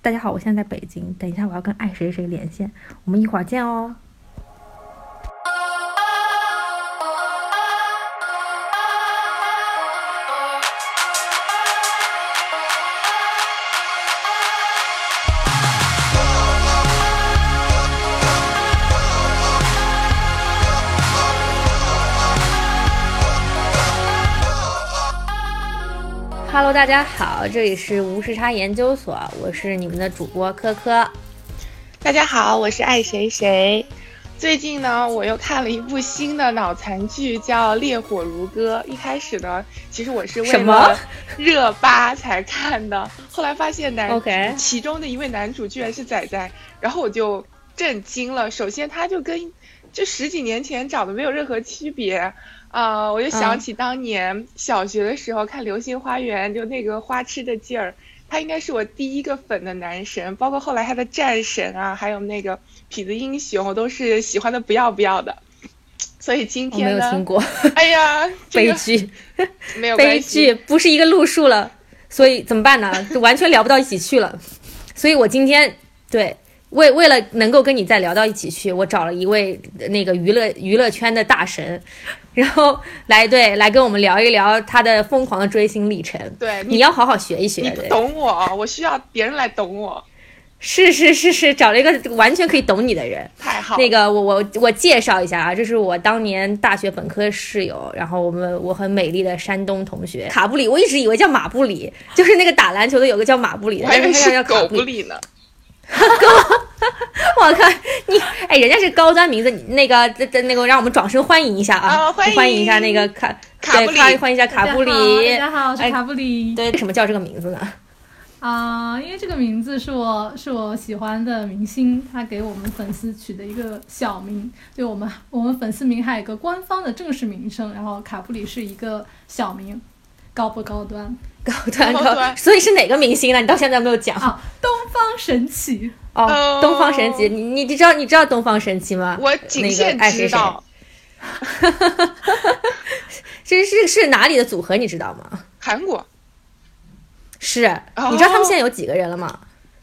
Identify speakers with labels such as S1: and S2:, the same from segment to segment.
S1: 大家好，我现在在北京，等一下我要跟爱谁谁连线，我们一会儿见哦。Hello，大家好，这里是无时差研究所，我是你们的主播科科。
S2: 大家好，我是爱谁谁。最近呢，我又看了一部新的脑残剧，叫《烈火如歌》。一开始呢，其实我是为
S1: 什么
S2: 了热巴才看的，后来发现男
S1: OK
S2: 其中的一位男主居然是仔仔，然后我就震惊了。首先，他就跟这十几年前长得没有任何区别。啊、我就想
S1: 嗯
S2: 起当年小学的时候看《流星花园》，就那个花痴的劲儿，他应该是我第一个粉的男神，包括后来他的战神啊，还有那个痞子英雄，我都是喜欢的不要不要的。所以今
S1: 我没
S2: 天
S1: 有听
S2: 呢，
S1: 过、
S2: 哎呀，这
S1: 悲
S2: 个
S1: 剧，
S2: 没有
S1: 悲
S2: 关系
S1: 剧，不是一个路数了，所以怎么办 呢？就完全聊不到一起去了。所以我今天对为为了能够跟你再聊到一起去，我找了一位呃那个娱乐娱乐圈的大神，然后来对来跟我们聊一聊他的疯狂的追星历程。
S2: 对你
S1: 你要好好学一学，
S2: 你不
S1: 对
S2: 懂我，我需要别人来懂我，
S1: 是是是是，找了一个完全可以懂你的人。
S2: 太好了。
S1: 那个我我我介绍一下啊，这是我当年大学本科室友，然后我们我很美丽的山东同学卡布里，我一直以为叫马布里，就是那个打篮球的有个叫马布里的，
S2: 我还以
S1: 但
S2: 为
S1: 是他
S2: 是
S1: 叫卡
S2: 狗
S1: 布
S2: 不
S1: 里。
S2: 理呢。
S1: 我靠，你哎，人家是高端名字，你那个这这那个让我们掌声欢迎一下啊，
S2: 啊欢迎
S1: 欢迎一下那个卡
S2: 卡布
S1: 对
S2: 里
S1: 卡欢迎一下卡布里
S3: 大。家好，我是
S1: 哎
S3: 卡布里。
S1: 对，为什么叫这个名字呢？
S3: 啊、因为这个名字是我是我喜欢的明星，他给我们粉丝取的一个小名。对我们我们粉丝名还有一个官方的正式名称，然后卡布里是一个小名，高不高端
S1: 高端
S2: 高
S1: 高，
S2: 端
S1: 所以是哪个明星呢？你到现在没有讲
S3: 啊？东方神起，
S1: 哦。东方神起，你你你知道你知道东方神起吗？
S2: 我仅限
S1: 那个爱谁谁
S2: 知道
S1: 这是是哪里的组合，你知道吗？
S2: 韩国，
S1: 是，
S3: 哦
S1: 你知道他们现在有几个人了吗？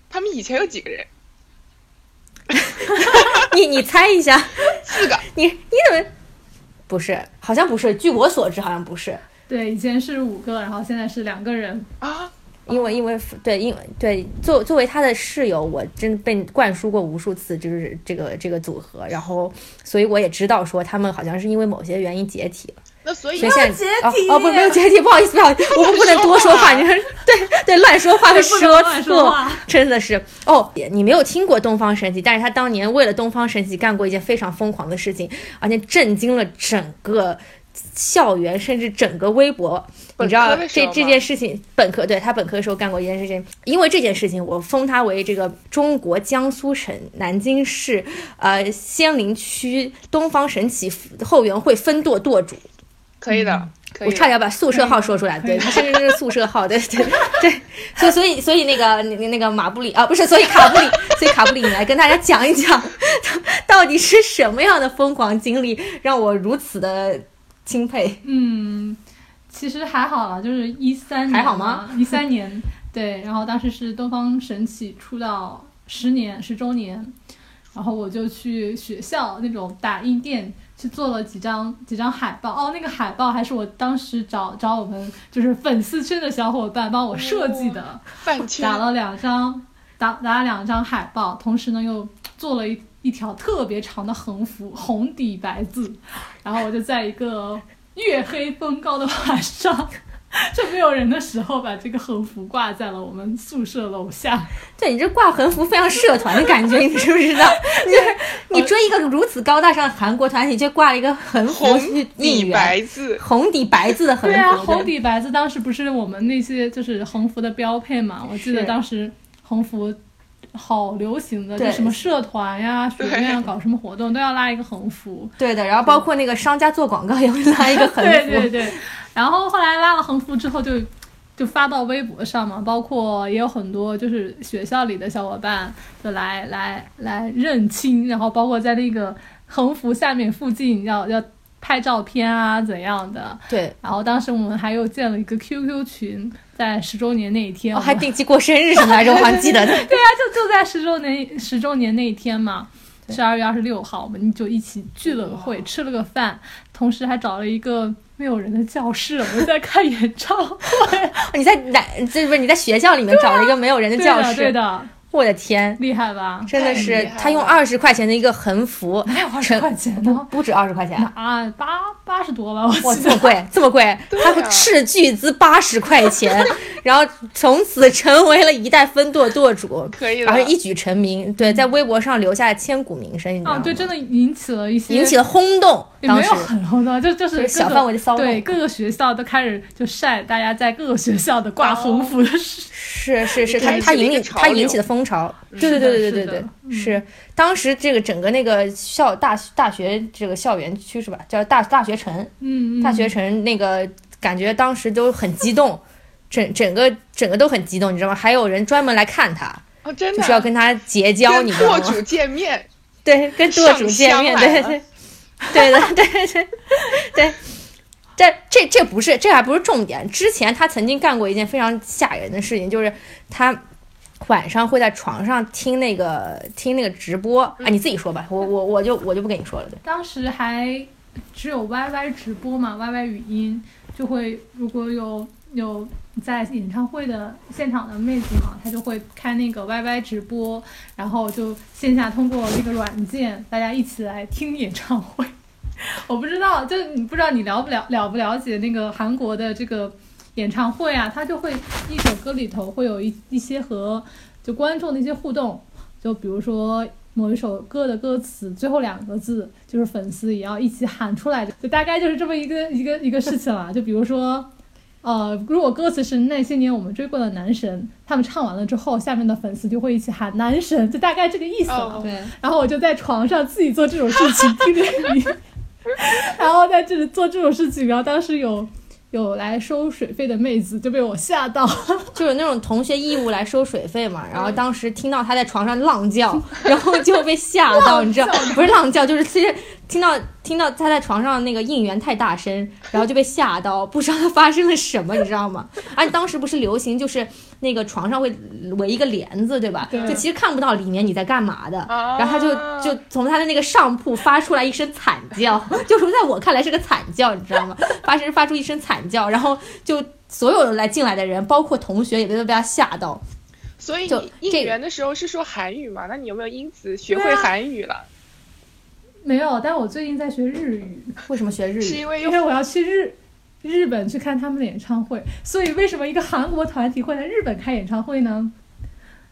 S2: 他们以前有几个人？
S1: 你你猜一 下，
S2: 四个。
S1: 你你怎么？不是，好像不是，据我所知好像不是，
S3: 对，以前是五个，然后现在是两个人。
S2: 啊，
S1: 因为因为对，因为对作作为他的室友，我真被灌输过无数次，就是这个这个组合，然后所以我也知道说他们好像是因为某些原因解体了，
S2: 那所以
S1: 所以现在
S3: 没有解体
S1: 哦哦不没有解体，不好意思不好意思，我们不能多说话， 你看对对乱说话会
S3: 不
S1: 说
S3: 能乱说
S1: 错。
S3: 话。
S1: 真的是哦，你没有听过东方神起，但是他当年为了东方神起干过一件非常疯狂的事情，而且震惊了整个校园，甚至整个微博。你
S2: 本
S1: 知道
S2: 科的时
S1: 这
S2: 候
S1: 这
S2: 吗
S1: 件事情，本科对他本科的时候干过一件事情，因为这件事情，我封他为这个中国江苏省南京市呃仙林区东方神起后援会分舵舵主。
S2: 可以的，可
S1: 嗯
S2: 以
S1: 我
S2: 的。
S1: 差点把宿舍号说出来，
S3: 可
S1: 对，
S3: 以
S1: 他甚至是宿舍号，对对对，所以所以所以那个那那个马布里啊，不是，所以卡布里，所以卡布里，你来跟大家讲一讲，到底是什么样的疯狂经历让我如此的钦佩？
S3: 嗯，其实还好啦，就是一三
S1: 还好吗？
S3: 一 三年，对，然后当时是东方神起出道十年十周年，然后我就去学校那种打印店去做了几张几张海报，哦，那个海报还是我当时找找我们就是粉丝圈的小伙伴帮我设计的。
S2: 饭圈
S3: 打了两张，打打了两张海报，同时呢又做了一一条特别长的横幅，红底白字，然后我就在一个月黑风高的晚上。就没有人的时候，把这个横幅挂在了我们宿舍楼下。
S1: 对你这挂横幅非常社团的感觉，你知不知 道？就是你追一个如此高大上的韩国团体，却挂了一个横幅去
S2: 红
S1: 应
S2: 底
S1: 援，
S2: 白字，
S1: 红底白字的横
S3: 对啊，
S1: 幅，
S3: 红底白字当时不是我们那些就是横幅的标配嘛？我记得
S1: 是
S3: 当时横幅好流行的，就
S1: 对
S3: 什么社团呀、学院啊，搞什么活动都要拉一个横幅。
S1: 对的，然后包括那个商家做广告也会拉一个横
S3: 对
S1: 幅，
S3: 对对，然后后来拉了横幅之后就，就发到微博上嘛，包括也有很多就是学校里的小伙伴就来来来认亲，然后包括在那个横幅下面附近要要拍照片啊怎样的。
S1: 对，
S3: 然后当时我们还有建了一个 QQ 群，在十周年那一天，
S1: 哦，
S3: 我
S1: 还
S3: 们
S1: 定期过生日什么来 着，我好像记得的。
S3: 对啊，就就在十周年十周年那一天嘛，十二月二十六号，我们就一起聚了个会，吃了个饭，同时还找了一个没有人的教室，我们在看演唱会。
S1: 你在南，这不是你在学校里面找了一个没有人的
S3: 对
S1: 教
S3: 的，
S1: 室，
S3: 对的，
S1: 我的天，
S3: 厉害吧？
S1: 真的
S2: 太
S1: 是
S2: 厉害
S1: 他用
S2: 了
S1: 二十块钱的一个横幅，
S3: 哪有二十块钱
S1: 不
S3: 呢？
S1: 不止二十块钱啊，
S3: 啊，八八十多吧，我
S1: 哇，
S3: 记
S1: 这
S3: 得。
S1: 么贵，这么贵，
S2: 对
S1: 他会
S2: 啊
S1: 斥巨资八十块钱， 然后从此成为了一代分舵舵主，
S2: 可以
S1: 然
S3: 啊
S1: 后
S2: 了，
S1: 一举成名，对，在微博上留下了千古名声，你知道
S3: 啊，
S1: 吗？
S3: 对，真的引起了一些，
S1: 引起了轰动，
S3: 也
S1: 当
S3: 没
S1: 时
S3: 有很轰动，就就是
S1: 就是
S3: 各个
S1: 小范围的骚
S3: 对
S1: 动，
S3: 各个学校都开始就晒大家在各个学校的挂
S1: 哦
S3: 横幅的事，
S1: 是是是，他
S2: 开启
S1: 他
S2: 了一
S1: 引
S2: 个
S1: 领
S2: 潮
S1: 他引
S2: 流
S1: 起的风潮，对对
S3: 嗯
S1: 对
S3: 是的嗯
S1: 对对
S3: 是
S1: 对
S3: 的
S1: 对，是
S2: 嗯
S1: 当时这个整个那个校大大学这个校园区是吧？叫大大学城，
S3: 嗯，嗯
S1: 大学城那个感觉当时都很激动，整整个整个都很激动，你知道吗？还有人专门来看他，
S2: 哦，真的
S1: 就是要跟他结交，
S2: 跟
S1: 你知道
S2: 舵
S1: 吗
S2: 主？见面，
S1: 对，跟 舵主见面，
S2: 上香来
S1: 对
S2: 了
S1: 对 对的，对对对对。这这这不是，这还不是重点。之前他曾经干过一件非常吓人的事情，就是他晚上会在床上听那个听那个直播啊，你自己说吧，我我我就我就不跟你说了。对，
S3: 当时还只有 YY 直播嘛，YY 语音就会如果有有在演唱会的现场的妹子嘛，她就会开那个 YY 直播，然后就线下通过那个软件，大家一起来听演唱会。 我不知道，就你不知道你了不了了不了解那个呃韩国的这个演唱会啊，它就会一首歌里头会有一一些和就观众的一些互动，就比如说某一首歌的歌词最后两个字，就是粉丝也要一起喊出来，就大概就是这么一个一个一个事情啦。就比如说，呃，如果歌词是那些年我们追过的男神，他们唱完了之后，下面的粉丝就会一起喊男神，就大概这个意思了。
S2: 哦
S1: 对，
S3: 然后我就在床上自己做这种事情，听着你， 然后在这里做这种事情，然后当时有有来收水费的妹子就被我吓到，
S1: 就有那种同学义务来收水费嘛，然后当时听到他在床上浪叫，然后就被吓到，你知道，不是浪叫，就是直接听到听到他在床上那个应援太大声，然后就被吓到，不知道他发生了什么，你知道吗？而且当时不是流行就是那个床上会围一个帘子，对吧？
S3: 对
S1: 就其实看不到里面你在干嘛的，
S2: 啊
S1: 然后他就就从他的那个上铺发出来一声惨叫， 就是在我看来是个惨叫，你知道吗？发生发出一声惨叫，然后就所有来进来的人，包括同学也都被他吓到。
S2: 所以
S1: 就
S2: 你应
S1: 这个
S2: 援的时候是说韩语嘛？那你有没有因此学
S3: 对
S2: 会
S3: 啊
S2: 韩语了？
S1: 嗯
S3: 没有，但我最近在学日语，
S1: 为什么学日
S2: 是
S1: 语？
S2: 因为
S3: 因
S2: 有
S3: 为我要去日日本去看他们的演唱会，所以为什么一个韩国团体会在日本开演唱会呢？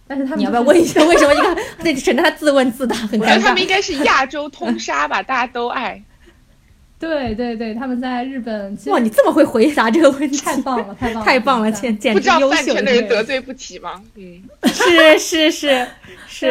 S3: 但是他们
S1: 你要不
S3: 就
S1: 要
S3: 是
S1: 问一下为 什么一个那省得他自问自答，很
S2: 我觉
S1: 尴
S2: 得他们
S1: 尬。
S2: 应该是亚洲通杀吧，大家都爱。
S3: 对对对，他们在日本其实
S1: 哇，你这么会回答这个问题，
S3: 太 棒了，太棒了，
S1: 太棒了，
S3: 太
S1: 简 简
S2: 不
S1: 直
S2: 知道
S1: 优
S2: 饭
S1: 秀
S2: 圈！的人得罪不起吗？嗯，
S1: 是是是
S3: 对，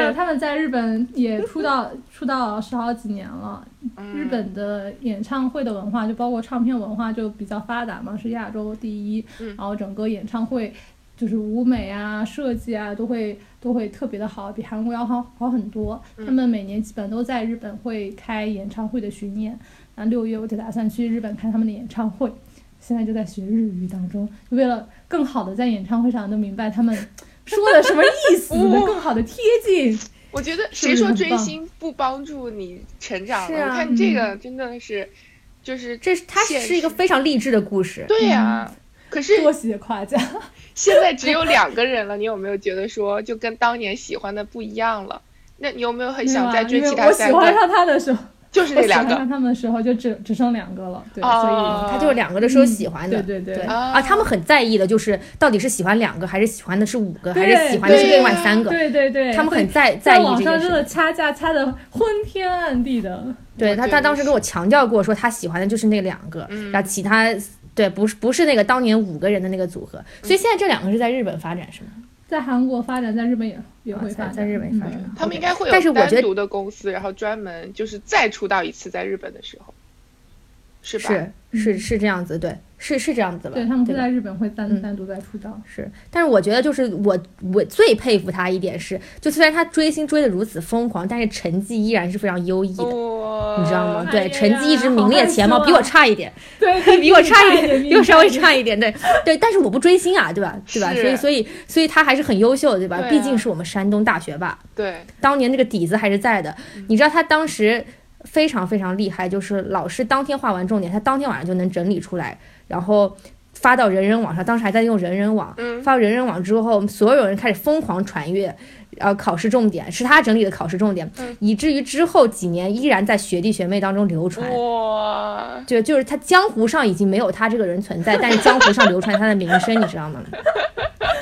S2: 啊
S1: 是，
S3: 他们在日本也出道出道十好几年了。
S2: 嗯
S3: 日本的演唱会的文化，就包括唱片文化就比较发达嘛，是亚洲第一。
S2: 嗯
S3: 然后整个演唱会就是舞美啊、设计啊，都会都会特别的好，比韩国要好好很多。
S2: 嗯
S3: 他们每年基本都在日本会开演唱会的巡演。那六月我就打算去日本看他们的演唱会。现在就在学日语当中，为了更好的在演唱会上能明白他们说的什么 意思，
S2: 哦
S3: 能更好的贴近。
S2: 我觉得
S3: 是不
S2: 谁
S3: 是
S2: 说
S3: 很
S2: 追
S3: 棒
S2: 星不帮助你成长
S1: 是
S2: 了？
S1: 啊
S2: 我看这个真的是，就是
S1: 这嗯是它
S2: 现
S1: 是一个
S2: 实
S1: 非常励志的故事。
S2: 对啊呀、可是
S3: 多谢夸奖。
S2: 现在只有两个人了，你有没有觉得说就跟当年喜欢的不一样了？那你有没有很想再追
S3: 没有
S2: 其
S3: 啊因为
S2: 他
S3: 我喜
S2: 三
S3: 欢
S2: 个？
S3: 上他的时候，
S2: 就是
S3: 我
S2: 那
S3: 喜
S2: 两
S3: 欢
S2: 个
S3: 上他们的时候就只只剩两个了，对，
S2: 哦
S1: 他就是两个的时候喜欢的，
S3: 嗯对对对
S1: 啊，他们很在意的就是到底是喜欢两个，还是喜欢的是五个，还是
S3: 对
S1: 喜欢的是
S2: 对
S1: 另外
S2: 呀
S1: 三个
S3: 所以，对对对，
S1: 他们很
S3: 会
S1: 在在
S3: 在
S1: 意
S3: 网
S1: 这件
S3: 上
S1: 事情。
S3: 真的掐架掐的昏天暗地的，
S1: 对
S2: 我
S1: 他，
S2: 觉
S1: 他
S2: 得
S1: 当时
S2: 是
S1: 跟我强调过，说他喜欢的就是那两个，
S2: 嗯
S1: 然后其他对不是不是那个当年五个人的那个组
S3: 嗯
S1: 合，所以现在这两个是在日本发展是吗？
S3: 在韩国发展，在日本也也会
S1: 啊
S3: 发
S1: 在
S3: 展，
S1: 在日本发展
S3: 嗯，
S2: 他们应该会
S1: 但是
S2: 有
S1: 我觉
S2: 单
S1: 得
S2: 独的公司，然后专门就是再出道一次在日本的时候。是吧？
S1: 是是是这样子，对，是是这样子了，
S3: 嗯对他们会
S1: 吧
S3: 在日本会单
S1: 嗯
S3: 单独再 出道，
S1: 是，但是我觉得就是我我最佩服他一点是，就虽然他追星追得如此疯狂，但是成绩依然是非常优异的，
S2: 哦，
S1: 你知道吗？
S3: 哎
S1: 对，
S3: 呀
S1: 成绩一直
S3: 好
S1: 名列
S3: 害
S1: 前
S3: 羞
S1: 茅，比
S3: 啊
S1: 我差一点，
S3: 对
S1: 比我差一点，比
S3: 又
S1: 我稍微差一点，对 对，但是我不追星啊，对吧？对吧？所以
S2: 是
S1: 所以所以他还是很优秀的，对吧？
S2: 对啊
S1: 毕竟是我们山东大学吧，
S2: 对，
S1: 当年那个底子还是在的。你知道他当时非常非常厉害，就是老师当天画完重点，他当天晚上就能整理出来，然后发到人人网上。当时还在用人人网，
S2: 嗯，
S1: 发到人人网之后，所有人开始疯狂传阅，呃，考试重点是他整理的考试重点，
S2: 嗯
S1: 以至于之后几年依然在学弟学妹当中流传。
S2: 哇，
S1: 就就是他江湖上已经没有他这个人存 在，但是江湖上流传他的名声，你知道吗？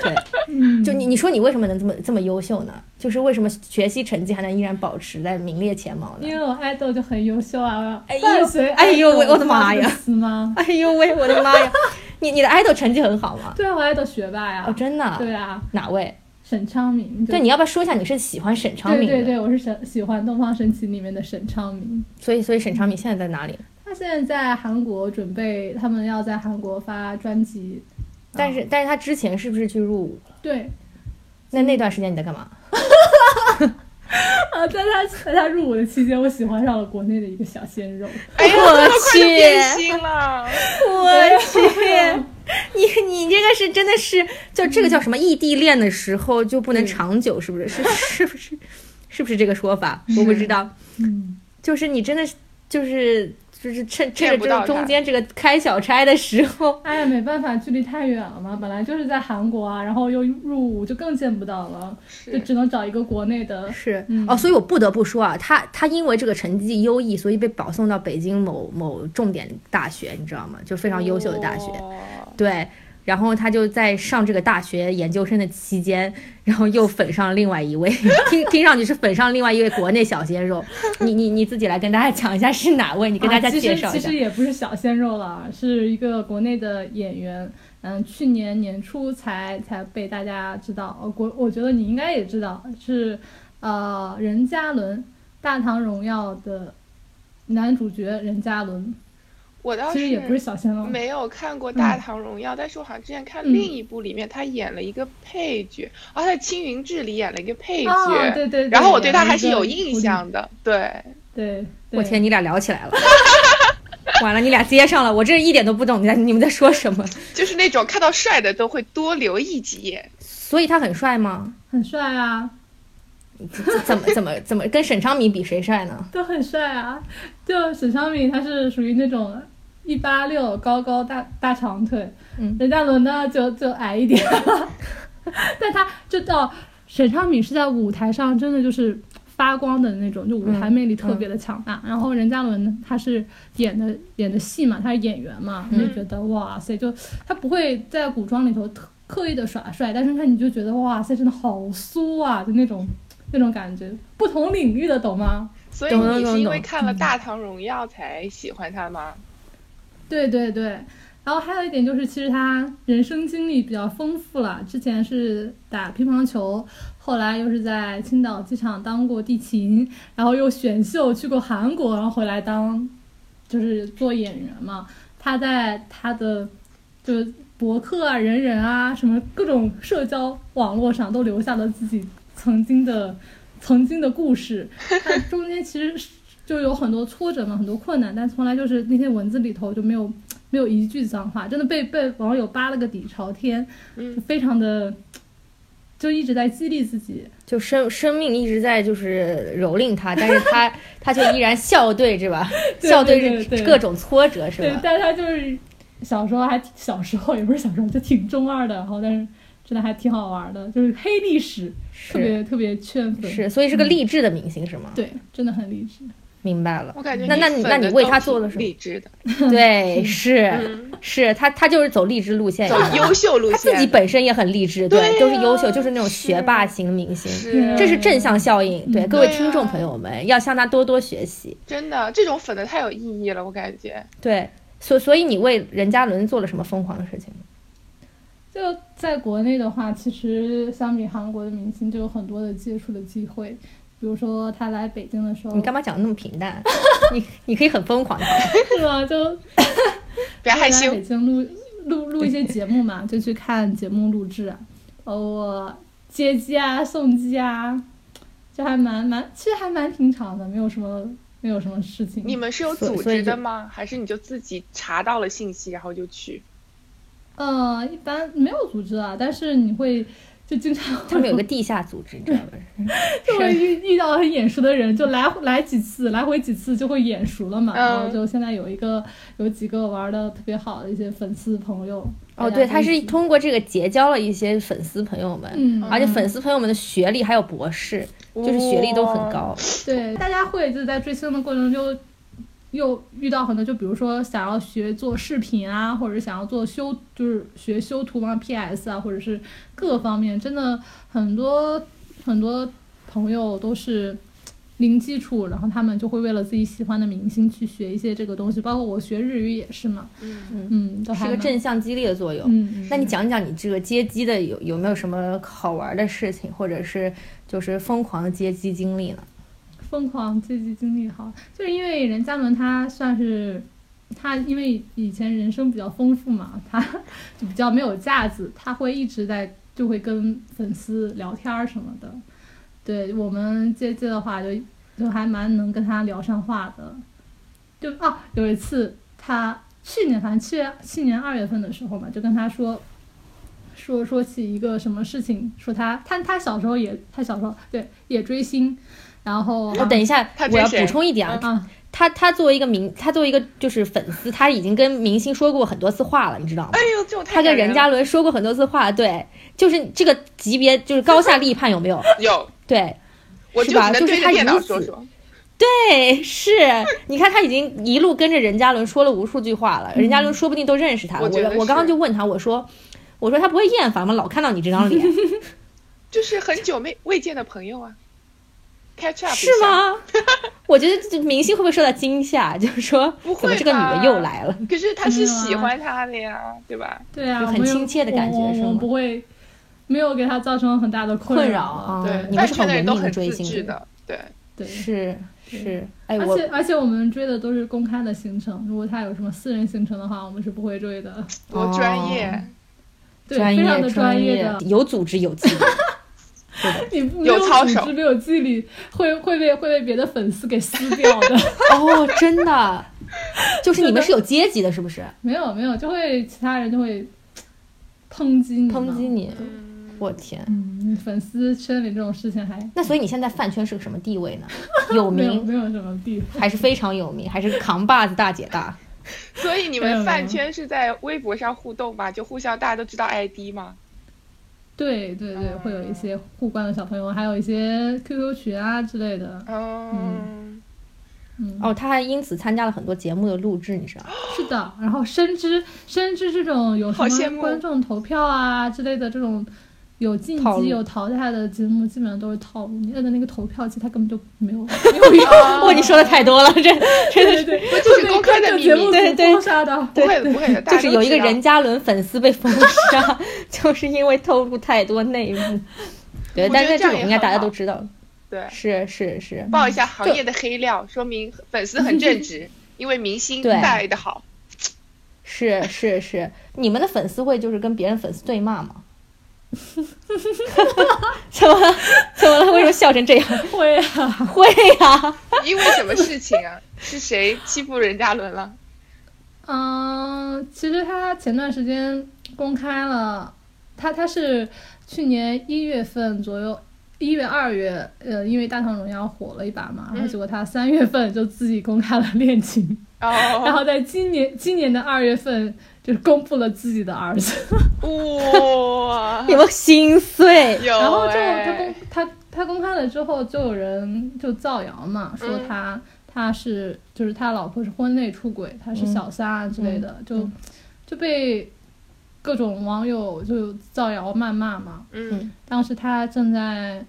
S1: 对，
S3: 嗯，
S1: 就你你说你为什么能这么这么优秀呢？就是为什么学习成绩还能依然保持在名列前茅呢
S3: 因？为我爱豆就很优秀啊，
S1: 哎呦
S3: 伴随
S1: 哎呦
S3: 爱豆
S1: 我的妈呀
S3: 粉丝吗？
S1: 哎呦喂，我的妈呀！你你的 idol 成绩很好吗？
S3: 对啊，我爱豆学霸呀
S1: 哦，，真的啊？
S3: 对啊，
S1: 哪位？
S3: 沈昌明，就
S1: 对，你要不要说一下你是喜欢沈昌
S3: 对
S1: 明的？
S3: 对对，我是沈喜欢《东方神起》里面的沈昌明。
S1: 所以所以沈昌明现在在哪里？
S3: 他现在在韩国准备，他们要在韩国发专辑，
S1: 但是但是他之前是不是去入伍了？
S3: 对，
S1: 那那段时间你在干嘛？
S3: 呃，在他在他入伍的期间，我喜欢上了国内的一个小鲜肉，
S2: 哎呀，
S1: 我
S2: 这么快就
S1: 去
S2: 变心 了，
S1: 我去， 你你这个是真的是，就这个叫什么异地恋的时候就不能长久，是不是？
S2: 嗯
S1: 是是不是？是不是这个说法？我不知道，
S3: 嗯，
S1: 就是你真的是就是就是趁趁着
S2: 见不
S1: 这
S2: 到
S1: 个
S2: 他
S1: 中间这个开小差的时候，
S3: 哎呀，没办法，距离太远了嘛，本来就是在韩国啊，然后又入伍，就更见不到了，就是只能找一个国内的，
S1: 是、
S3: 嗯
S1: 哦，所以我不得不说啊，他他因为这个成绩优异，所以被保送到北京某某重点大学，你知道吗？就非常优秀的大学。
S2: 哦
S1: 对，然后他就在上这个大学研究生的期间，然后又粉上另外一位， 听听上去是粉上另外一位国内小鲜肉。你你你自己来跟大家讲一下是哪位，你跟大家
S3: 啊
S1: 介绍一下。
S3: 其实其实也不是小鲜肉了，是一个国内的演员，嗯，去年年初才才被大家知道。呃国我觉得你应该也知道，是呃任嘉伦，《大唐荣耀》的男主角任嘉伦，
S2: 我倒
S3: 其实也不是
S2: 哦是
S3: 小鲜肉。
S2: 没有看过《
S3: 嗯
S2: 大唐荣耀》，但是我好像之前看
S3: 嗯
S2: 另一部里面他演了一个配角，啊，他在《青云志》里演了一个配
S3: 啊，对
S2: 角，
S3: 对对。
S2: 然后我对他
S3: 演了
S2: 还
S3: 一
S2: 是
S3: 个
S2: 有
S3: 狐
S2: 印
S3: 狸。
S2: 象的，对，
S3: 对，对
S1: 我天，你俩聊起来了。 完了，你俩接上了，我这一点都不懂你在你们在说什么。
S2: 就是那种看到帅的都会多留意几眼，
S1: 所以他很帅吗？
S3: 很帅啊，
S1: 怎怎么怎么怎么跟沈昌珉比谁帅呢？
S3: 都很帅啊。就沈昌珉，他是属于那种一八六高高大大长腿，
S1: 嗯，
S3: 任嘉伦呢就就矮一点， 但他就到沈昌珉是在舞台上真的就是发光的那种，就舞台
S1: 嗯
S3: 魅力特别的强大。然后任嘉伦呢，他是演的演的戏嘛，他是演员嘛，
S1: 嗯
S3: 你就觉得哇塞，就他不会在古装里头特刻意的耍帅，但是他你就觉得哇塞，真的好酥啊，就那种那种感觉，不同领域的懂吗？
S2: 所以
S1: 懂懂
S2: 你
S1: 懂
S2: 是因为
S1: 懂嗯
S2: 看了《大唐荣耀》才喜欢他吗？
S3: 对对对，然后还有一点就是，其实他人生经历比较丰富了。之前是打乒乓球，后来又是在青岛机场当过地勤，然后又选秀去过韩国，然后回来当就是做演员嘛。他在他的就是博客啊、人人啊、什么各种社交网络上都留下了自己曾经的曾经的故事。他中间其实是就有很多挫折嘛，很多困难，但从来就是那些文字里头就没有没有一句脏话，真的被被网友扒了个底朝天，就
S2: 嗯，
S3: 非常的就一直在激励自己。
S1: 就生生命一直在就是蹂躏他，但是他 他却依然笑对，是吧？
S3: 对
S1: 笑
S3: 对
S1: 这
S3: 对
S1: 各种挫折，是
S3: 对
S1: 吧，？
S3: 但他就是小时候还挺小时候也不是小时候，就挺中二的，然后但是真的还挺好玩的，就是黑历史，特别特别劝粉。
S1: 是，所以是
S2: 嗯
S1: 个励志的明星是吗？
S3: 对，真的很励志。
S1: 明白了
S2: 我，感觉
S1: 那那你
S2: 粉
S1: 那你
S2: 的
S1: 为
S2: 都
S1: 他做
S2: 挺
S1: 了什么
S2: 励志的，
S1: 对，是
S2: 嗯，
S1: 是，他他就是走励志路线，
S2: 走
S1: 你知道吗
S2: 优秀路
S1: 他
S2: 线
S1: 自己
S2: 的，
S1: 本身也很励志，
S2: 对
S1: 对，
S2: 呀
S1: 都是优秀，就是那种学
S2: 是
S1: 霸型明星。
S2: 是
S1: 嗯这是正向效应，对
S3: 嗯
S1: 各位
S2: 对
S1: 听众
S2: 呀
S1: 朋友们，要向他多多学习。
S2: 真的，这种粉的太有意义了，我感觉。
S1: 对，所所以你为任嘉伦做了什么疯狂的事情吗？
S3: 就在国内的话，其实相比韩国的明星，就有很多的接触的机会。比如说他来北京的时候，
S1: 你干嘛讲的那么平淡？ 你你可以很疯狂。
S3: 是吧？就
S1: 啊
S2: 别害
S3: 来
S2: 羞
S3: 北，京录录录一些节目嘛，就去看节目录制，呃，我接机啊、送机啊，就还蛮蛮，其实还蛮平常的，没有什么没有什么事情。
S2: 你们是有
S1: 嗯所
S2: 组
S1: 所以
S2: 织的
S1: 就
S2: 吗？还是你就自己查到了信息然后就去？
S3: 呃，一般没有组织啊，但是你会就经常
S1: 他们有个地下组织，你知道吗？
S3: 就会遇遇到很眼熟的人，就来来几次，来回几次就会眼熟了嘛。
S2: 嗯
S3: 然后就现在有一个有几个玩的特别好的一些粉丝朋友。
S1: 哦，对，
S3: 大家
S1: 他
S3: 一
S1: 是
S3: 起
S1: 通过这个结交了一些粉丝朋友们，
S3: 嗯，
S1: 而且粉丝朋友们的学历还有博士，就是学历都很
S2: 哇。
S1: 高。
S3: 对，大家会就是在追星的过程中就又遇到很多，就比如说想要学做视频啊，或者想要做修，就是学修图嘛、PS 啊，或者是各方面，真的很多很多朋友都是。零基础，然后他们就会为了自己喜欢的明星去学一些这个东西，包括我学日语也是嘛，
S2: 嗯
S3: 嗯，都还
S1: 是个
S3: 蛮
S1: 正向激励的作用。
S3: 嗯，嗯
S1: 那你讲讲你这个接机的有有没有什么好玩的事情，或者是就是疯狂的接机经历呢？
S3: 疯狂积极经历好，就是因为任嘉伦他算是他，因为以前人生比较丰富嘛，他 就比较没有架子，他会一直在就会跟粉丝聊天儿什么的。对我们接机的话就，就还蛮能跟他聊上话的。就哦，有一次他去年反正去去年二月份的时候嘛，就跟他说说说起一个什么事情，说他他他小时候也他小时候对也追星，然后
S2: 啊
S1: 哦，等一下
S2: 他，
S1: 我
S2: 追
S1: 要
S2: 谁
S1: 补充一点啊，
S3: 啊，
S1: 他他作为一个明，他作为一个就是粉丝，他已经跟明星说过很多次话了，你知道吗
S2: 哎？呦，这种太
S1: 他跟
S2: 感人
S1: 任嘉伦说过很多次话，对，就是这个级别，就是高下立判，有没有？
S2: 了有，
S1: 对，
S2: 我
S1: 是
S2: 就
S1: 吧
S2: 只能
S1: 就是
S2: 对着
S1: 他
S2: 电脑
S1: 如此
S2: 说说。
S1: 对，哎是，你看他已经一路跟着任嘉伦说了无数句话了，任嘉
S3: 嗯
S1: 伦说不定都认识他。
S2: 我
S1: 我
S2: 觉得
S1: 我刚刚
S2: 是
S1: 就问他，我说我说他不会厌烦吗？老看到你这张 脸
S2: 就是很久没未见的朋友啊，catch up 一
S1: 是
S2: 下？
S1: 吗？我觉得这明星会不会受到惊吓？就是说
S2: 不，
S1: 怎么
S2: 会
S1: 这个女的
S2: 吧
S1: 又来了？
S2: 可是他是
S3: 没有啊
S2: 喜欢他的呀，对吧？
S3: 对啊，
S1: 就很
S3: 我没有
S1: 亲切的感觉
S3: 我我
S1: 是吗
S3: 我不会，没有给他造成很大的
S1: 困
S3: 扰
S1: 扰啊
S2: 对，
S1: 你们
S2: 饭
S1: 是
S2: 圈的
S1: 很
S2: 人都
S1: 文明
S2: 很
S1: 的追
S2: 自
S1: 星
S2: 制
S1: 的
S2: 的，对，
S3: 对，
S1: 是是，哎，
S3: 而
S1: 我
S3: 且而且我们追的都是公开的行程，如果他有什么私人行程的话，我们是不会追的。
S1: 哦
S2: 多专业。
S3: 对，非常的专 业的，
S1: 有组织有纪律。对的。
S3: 你没
S2: 有操
S3: 组
S2: 守
S3: 织没有纪律，会会被会被别的粉丝给撕掉的。
S1: 哦，真的，就是你们是有阶级的，是不是？
S3: 没有没有，就会其他人就会嗯抨击你，
S1: 抨击。你，
S2: 嗯，
S1: 我天！
S3: 嗯，粉丝圈里这种事情还
S1: 那所以你现在饭圈是个什么地位 呢？有
S3: 没有
S1: 名
S3: 没有什么地位。
S1: 还是非常有名，还是扛把子大姐大？
S2: 所以你
S3: 没有没
S2: 们
S3: 有
S2: 饭圈是在微博上互动吧？就互相大家都知道 ID 吗？
S3: 对对对，会有一
S2: 嗯
S3: 些互关的小朋友，还有一些 QQ 群啊之类的。
S2: 嗯，
S3: 嗯，
S1: 哦，她还因此参加了很多节目的录制，你知道吗？
S3: 是的。然后深知深知这种有
S2: 好
S3: 什
S2: 羡
S3: 么
S2: 慕
S3: 观众投票啊之类的这种有晋
S1: 套路
S3: 级有淘汰的节目，基本上都是套路。你摁的那个投票机，它根本就没有没有用。
S1: 哇，你说的太多了， 这真的
S3: 对
S1: 是。
S3: 对对，
S2: 这是公开的
S3: 这
S2: 秘
S3: 节目
S2: 密，
S1: 对
S3: 组
S1: 对
S3: 封杀的。
S2: 不会的不会的，大
S1: 就
S2: 家
S1: 是
S2: 都
S1: 有一个
S2: 知道
S1: 任嘉伦粉丝被封杀， 就是因为透露太多内 幕。对，
S2: 我
S1: 但
S2: 觉
S1: 是
S2: 得这
S1: 这
S2: 样
S1: 种
S2: 也
S1: 应该
S2: 很
S1: 大家
S2: 好
S1: 都知道，
S2: 对
S1: 是是是，
S2: 爆一下行业的黑料，说明粉丝很正直， 因为明
S1: 嗯
S2: 星
S1: 对
S2: 带的好。
S1: 是是是，你们的粉丝会就是跟别人粉丝对骂 吗？怎么了？怎么了？为什么笑成这样？
S3: 会啊，
S1: 会呀、
S2: 因为什么事情 啊？是谁欺负任嘉伦了？
S3: 嗯，其实他前段时间公开了，他他是去年一月份左右，一月二月，呃，因为《大唐荣耀》火了一把嘛，然后结果他三月份就自己公开了恋情，然
S2: 哦，
S3: 后在今年今年的二月份就是公布了自己的儿子，
S2: 哇，
S1: 你们心碎。
S2: 有
S3: 然后就他公
S2: 哎，
S3: 他他公开了之后，就有人就造谣嘛，说
S2: 嗯
S3: 他、他是就是他老婆是婚内出轨，他是
S1: 嗯
S3: 小三啊之类的，就
S1: 嗯
S3: 就被各种网友就造谣谩骂嘛。
S2: 嗯
S3: 当时他正在，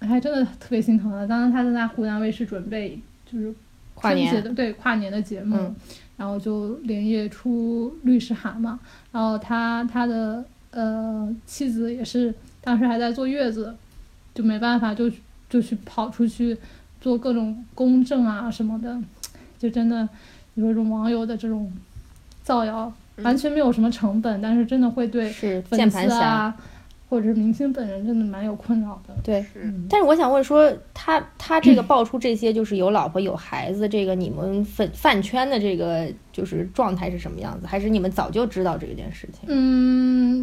S3: 还真的特别心疼他，当时他正在湖南卫视准备就是
S1: 跨年
S3: 春节的对跨年的节目，
S1: 嗯
S3: 然后就连夜出律师函嘛，然后他他的呃妻子也是当时还在坐月子，就没办法就就去跑出去做各种公证啊什么的，就真的有一种网友的这种造谣，完全没有什么成本，但是真的会对
S1: 嗯是键
S3: 粉
S1: 盘
S3: 丝
S1: 侠。
S3: 啊或者是明星本人真的蛮有困扰的。
S1: 对，
S2: 是
S3: 嗯
S1: 但是我想问说，他他这个爆出这些就是有老婆有孩子，这个你们粉饭圈的这个就是状态是什么样子？还是你们早就知道这件事情？
S3: 嗯，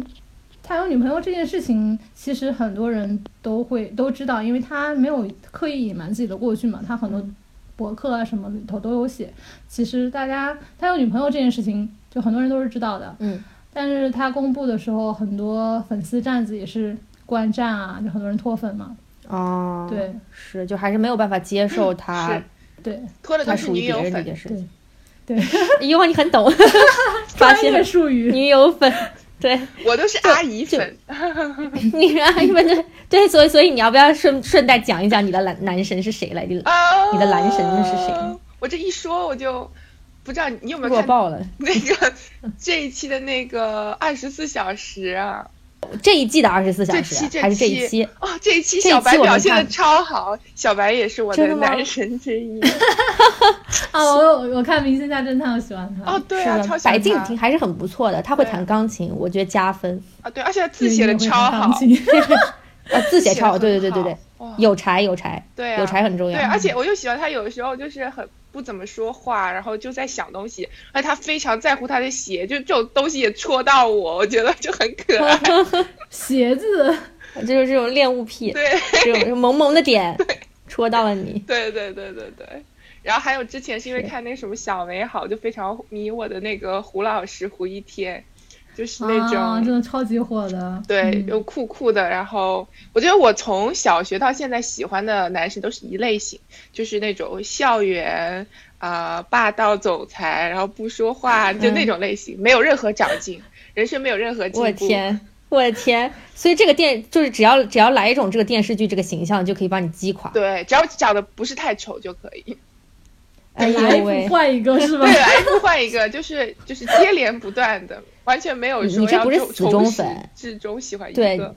S3: 他有女朋友这件事情，其实很多人都会都知道，因为他没有刻意隐瞒自己的过去嘛，他很多
S1: 嗯
S3: 博客啊什么里头都有写。其实大家他有女朋友这件事情，就很多人都是知道的。
S1: 嗯，
S3: 但是他公布的时候，很多粉丝站子也是观战啊，就很多人脱粉嘛。
S1: 哦，
S3: 对，
S1: 是就还是没有办法接受他
S2: 嗯是
S3: 对，
S2: 脱了
S1: 他
S2: 都是
S1: 属于
S2: 女
S1: 别
S2: 友
S1: 人这
S2: 粉，
S1: 件事情。
S3: 对，
S1: 哟，你很 懂，发
S3: 专
S1: 现
S3: 业
S1: 了
S3: 术语。
S1: 女友粉，对。
S2: 我都是阿姨粉，
S1: 你啊，你们 这对，所以所以你要不要顺顺带讲一讲你的男男神是谁来着？
S2: 啊，
S1: 你的男神是谁？我
S2: 我这一说我就不知道你有没有
S1: 弱
S2: 看
S1: 爆了！
S2: 那个这一期的那个二十四小时啊，
S1: 这一季的二十四小
S2: 这期
S1: 时啊还是这一
S2: 期
S1: 期？
S2: 哦，这一期
S1: 这一
S2: 小
S1: 期
S2: 白
S1: 我没
S2: 表现的
S1: 看
S2: 超好，小白也是我
S1: 真
S2: 的
S1: 的吗
S2: 男神 之一。
S3: 啊，我有我看《明星大侦探》，我喜欢他。
S2: 哦，对
S1: 是
S2: 啊，
S1: 的
S2: 超喜
S1: 白
S2: 欢
S1: 敬
S2: 他
S1: 亭还是很不错的，他会
S2: 对啊
S1: 弹钢琴，我觉得加分。
S2: 啊，对，而且他字写的超好，
S3: 因为我会弹钢琴
S1: 啊，字写
S2: 写
S1: 超
S2: 得
S1: 好，对对
S2: 很
S1: 对对对
S2: 好，哇
S1: 有柴有柴，
S2: 对啊
S1: 有柴很重要。
S2: 对，而且我又喜欢他，有的时候就是很不怎么说话，然后就在想东西，而且他非常在乎他的鞋，就这种东西也戳到我，我觉得就很可爱。
S3: 鞋子。
S1: 就是这种恋物癖，
S2: 对，
S1: 这种萌萌的点戳到了 你。
S2: 对对对对对。然后还有之前是因为看那个什么小美好，就非常迷我的那个胡老师胡一天，就是 那种、
S3: 啊、真的超级火的。
S2: 对
S3: 嗯，
S2: 又酷酷的。然后我觉得我从小学到现在喜欢的男生都是一类型，就是那种校园啊、呃霸道总裁，然后不说话，就那种类型，没有任何长进，人生没有任何进
S1: 嗯
S2: 步。
S1: 我的！天，我的天！所以这个电就是只要只要来一种这个电视剧这个形象，就可以把你击垮。
S2: 对，只要长得不是太丑就可以。
S1: 哎
S3: 来一
S1: 呦喂
S3: 幅！换一个是吧
S2: 对，？啊来不换一个，就是就是接连不断的，完全没有
S1: 你
S2: 说
S1: 这
S2: 要
S1: 不是
S2: 重
S1: 死
S2: 从
S1: 忠
S2: 始
S1: 粉
S2: 至终喜欢一
S1: 对
S2: 个，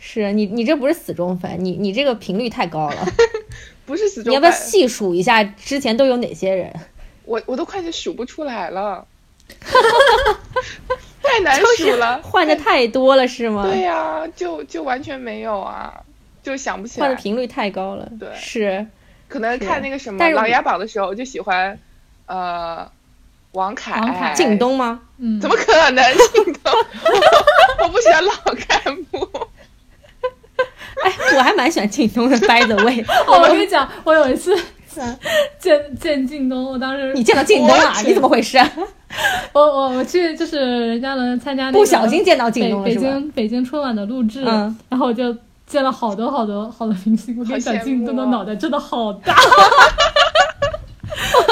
S1: 是你，你这不是死忠粉，你你这个频率太高 了。
S2: 不是死
S1: 你
S2: 忠
S1: 要不要
S2: 粉，
S1: 细数一下之前都有哪些人？
S2: 我我都快就数不出 来了，太难数了。
S1: 换的太多了是吗？
S2: 对呀、就就完全没有啊，就想不起
S1: 换的
S2: 来。
S1: 频率太高了。
S2: 对
S1: 是
S2: 可能
S1: 是
S2: 看那个什么
S1: 但
S2: 《
S1: 是
S2: 琅
S1: 我
S2: 琊榜》的时候，我就喜欢，呃，王凯。
S3: 王凯
S1: 靳。东吗？
S3: 嗯，
S2: 怎么可能？靳 东，我我不喜欢老干部。
S1: 哎， 我还蛮喜欢靳东的。By the way，
S3: 哦？我跟你讲，我有一次
S2: 嗯
S3: 见见靳东，我当时
S1: 你见到靳东了？你怎么回 事？
S3: 我我我去就是人家能参加那个
S1: 不小心见到靳东了
S3: 北
S1: 是
S3: 北
S1: 吧？
S3: 京北京春晚的录制，
S1: 嗯
S3: 然后我就见了好多好多好多明星。我跟你讲
S2: 好羡，慕
S3: 靳东的
S2: 哦
S3: 脑袋真的好 大。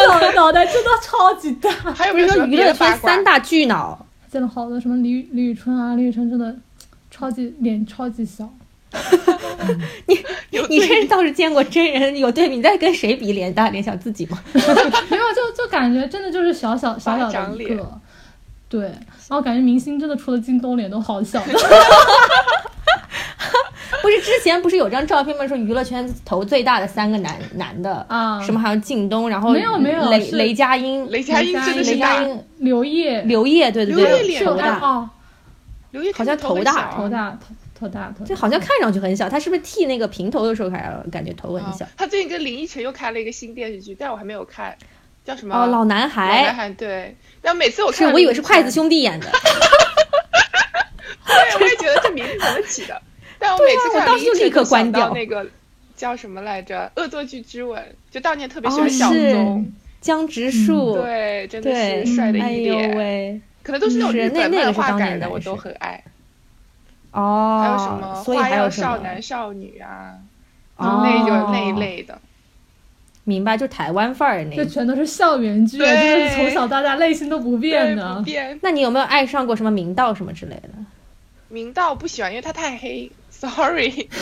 S3: 脑脑袋真的超级大，
S2: 还有
S1: 不是
S2: 没有什
S1: 说
S2: 么
S1: 娱
S2: 别
S1: 乐
S2: 的八
S1: 圈
S2: 卦
S1: 三？大巨脑，
S3: 见了好多什么李宇李宇春啊，李宇春真的超级脸超级小，
S2: 有
S1: 你
S2: 对
S1: 这倒是见过真人有对比，你在跟谁比脸大脸小自己吗？
S3: 没有，就就感觉真的就是小小小
S2: 巴
S3: 小
S2: 掌
S3: 的一
S2: 脸
S3: 个，对，然后感觉明星真的除了靳东脸都 好小的，
S1: 不是之前不是有张照片吗？说娱乐圈头最大的三个男男的
S3: 啊
S1: 什么好像靳东，然后
S3: 没有没有
S1: 雷
S3: 是
S1: 雷佳音、
S2: 雷佳音真的
S1: 雷
S2: 是
S1: 佳
S2: 大，
S1: 音、
S3: 刘烨
S1: 刘烨，对对
S2: 刘烨
S1: 对，
S2: 脸
S1: 头
S2: 大
S1: 大，
S3: 哦，
S2: 刘烨
S1: 好像
S2: 肯定头
S1: 头大
S2: 很小啊
S3: 头大头头大头
S1: 就
S3: 大，
S1: 好像看上去很小，他是不是剃那个平头的时候还感觉头很
S2: 啊
S1: 小？
S2: 他最近跟林依晨又开了一个新电视剧，但我还没有看，叫什么？
S1: 哦，老男
S2: 老
S1: 孩
S2: 男孩对。但每次我
S1: 是
S2: 看，
S1: 我以为是筷子，兄弟演的，
S2: 对，我也觉得这名字怎么起 的？但我每次
S1: 对啊我
S2: 看
S1: 当
S2: 到
S1: 时
S2: 林
S1: 就
S2: 依晨
S1: 立刻
S2: 就想
S1: 关掉
S2: 到那个叫什么来着，《恶作剧之吻》，就当年特别喜
S1: 哦
S2: 欢小
S1: 是
S2: 宗，
S1: 江直树，
S2: 嗯对，真
S1: 对
S2: 的是帅的
S1: 哎
S2: 一
S1: 呦
S2: 脸，
S1: 喂，
S2: 可能都是那种
S1: 是
S2: 日
S1: 那
S2: 本
S1: 那个
S2: 漫
S1: 是当
S2: 画
S1: 年
S2: 改
S1: 的
S2: 的，我
S1: 是
S2: 都很爱。
S1: 哦，
S2: 还有什么
S1: 所以
S2: 花
S1: 还有
S2: 样
S1: 什么
S2: 少男少女啊，
S1: 哦
S2: 那种那一类的，
S1: 明白，就台湾范儿那
S3: 就
S1: 一。
S3: 全都是校园剧，
S2: 对
S3: 真的是从小到大类型都不变
S2: 对
S3: 的
S2: 不。变。
S1: 那你有没有爱上过什么明道什么之类的？
S2: 明道不喜欢，因为他太黑，sorry。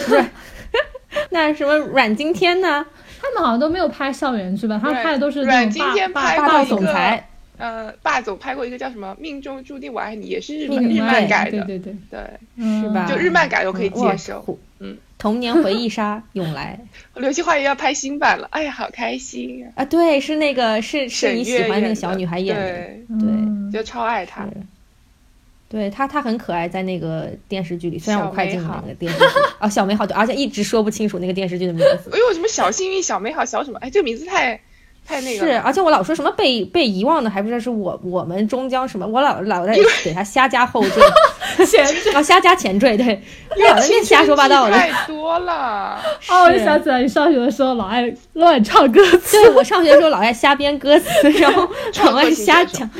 S1: 那什么阮经天呢？
S3: 他们好像都没有拍校园剧吧？他们
S2: 阮
S3: 拍的都是那
S2: 阮
S3: 种
S2: 经天
S3: 霸
S2: 拍
S1: 霸
S2: 过
S3: 霸
S1: 道
S3: 道
S2: 一
S1: 总
S3: 总
S2: 个
S1: 裁，
S2: 呃，霸总拍过一个叫什么《命中注定我爱你》，也是日
S1: 命
S2: 漫日
S1: 中
S2: 漫改
S3: 对
S2: 的，
S3: 对对，
S2: 对，
S3: 嗯
S1: 是吧
S2: 就日漫改我可以
S1: 哇
S2: 接受。
S1: 苦
S2: 嗯，
S1: 童年回忆杀 涌来
S2: 流星花园要拍新版了，哎呀，好开心啊！
S1: 啊！对，是那个是是
S2: 沈
S1: 你喜
S2: 月
S1: 欢那个
S2: 演
S1: 小
S2: 的
S1: 女孩演的，
S2: 对，
S3: 嗯
S2: 就超爱他。
S1: 对她她很可爱，在那个电视剧里，虽然我
S2: 小
S1: 快
S2: 美
S1: 进了
S2: 好
S1: 那个电视剧啊，小美好对，而且一直说不清楚那个电视剧的名字
S2: 因。为我哎什么小幸运、小美好、小什么？哎，这个名字太太那个
S1: 是，哦
S2: 了。
S1: 而且我老说什么被被遗忘的，还不知道是我我们终将什么，我老老在给他瞎加后缀，
S3: 前
S1: 啊瞎加前缀，对，我
S2: 因为
S1: 老在
S2: 青
S1: 那
S2: 春
S1: 瞎说八
S2: 剧
S1: 道的。
S2: 太多了。
S3: 哦，我就是想起来，你上学的时候老爱乱唱歌词，
S1: 对我上学的时候老爱瞎编歌词，然 后
S2: 创
S1: 老
S2: 作
S1: 爱
S2: 型
S1: 瞎
S2: 选手
S1: 讲。